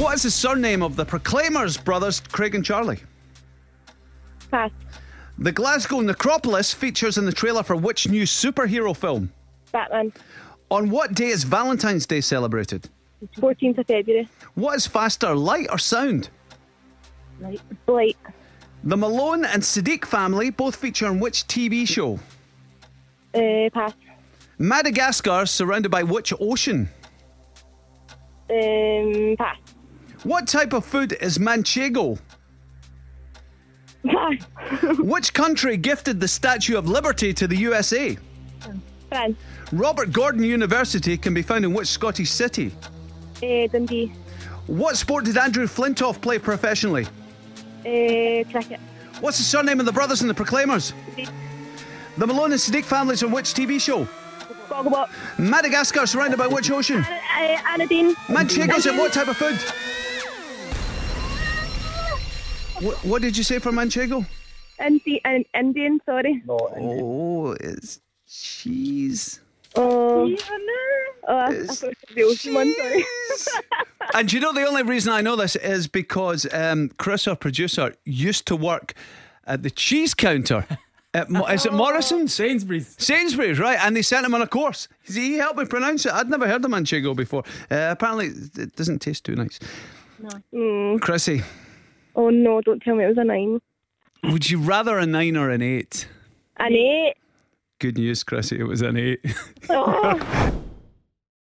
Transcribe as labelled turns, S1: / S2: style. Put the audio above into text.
S1: What is the surname of the Proclaimers brothers, Craig and Charlie?
S2: Pass.
S1: The Glasgow necropolis features in the trailer for which new superhero film?
S2: Batman.
S1: On what day is Valentine's Day celebrated?
S2: 14th of February.
S1: What is faster, light or sound?
S2: Light. Light.
S1: The Malone and Sadiq family both feature on which TV show?
S2: Uh, pass.
S1: Madagascar is surrounded by which ocean?
S2: Um, pass.
S1: What type of food is manchego?
S2: Pass.
S1: Which country gifted the Statue of Liberty to the USA?
S2: France.
S1: Robert Gordon University can be found in which Scottish city?
S2: Uh, Dundee.
S1: What sport did Andrew Flintoff play professionally?
S2: Uh, cricket.
S1: What's the surname of the brothers in the Proclaimers? The Malone and Sadiq families on which TV show?
S2: Gogglebot.
S1: Madagascar surrounded by which ocean?
S2: Uh, Anadine.
S1: Manchego's in what type of food? What, what did you say for manchego?
S2: Indi- an Indian, sorry.
S1: Oh, it's cheese.
S2: Oh. Oh, I, I
S1: It's
S2: thought it was the ocean one, sorry.
S1: Cheese. and you know the only reason I know this is because um, Chris, our producer, used to work at the cheese counter. At Mo- is it Morrison's?
S3: Sainsbury's.
S1: Sainsbury's, right? And they sent him on a course. He helped me pronounce it. I'd never heard of manchego before. Uh, apparently, it doesn't taste too nice. No. Chrissy,
S2: Oh no, don't tell me it was a nine.
S1: would you rather a nine or an eight?
S2: An eight.
S1: Good news, Chrissy. It was an eight.
S2: Oh.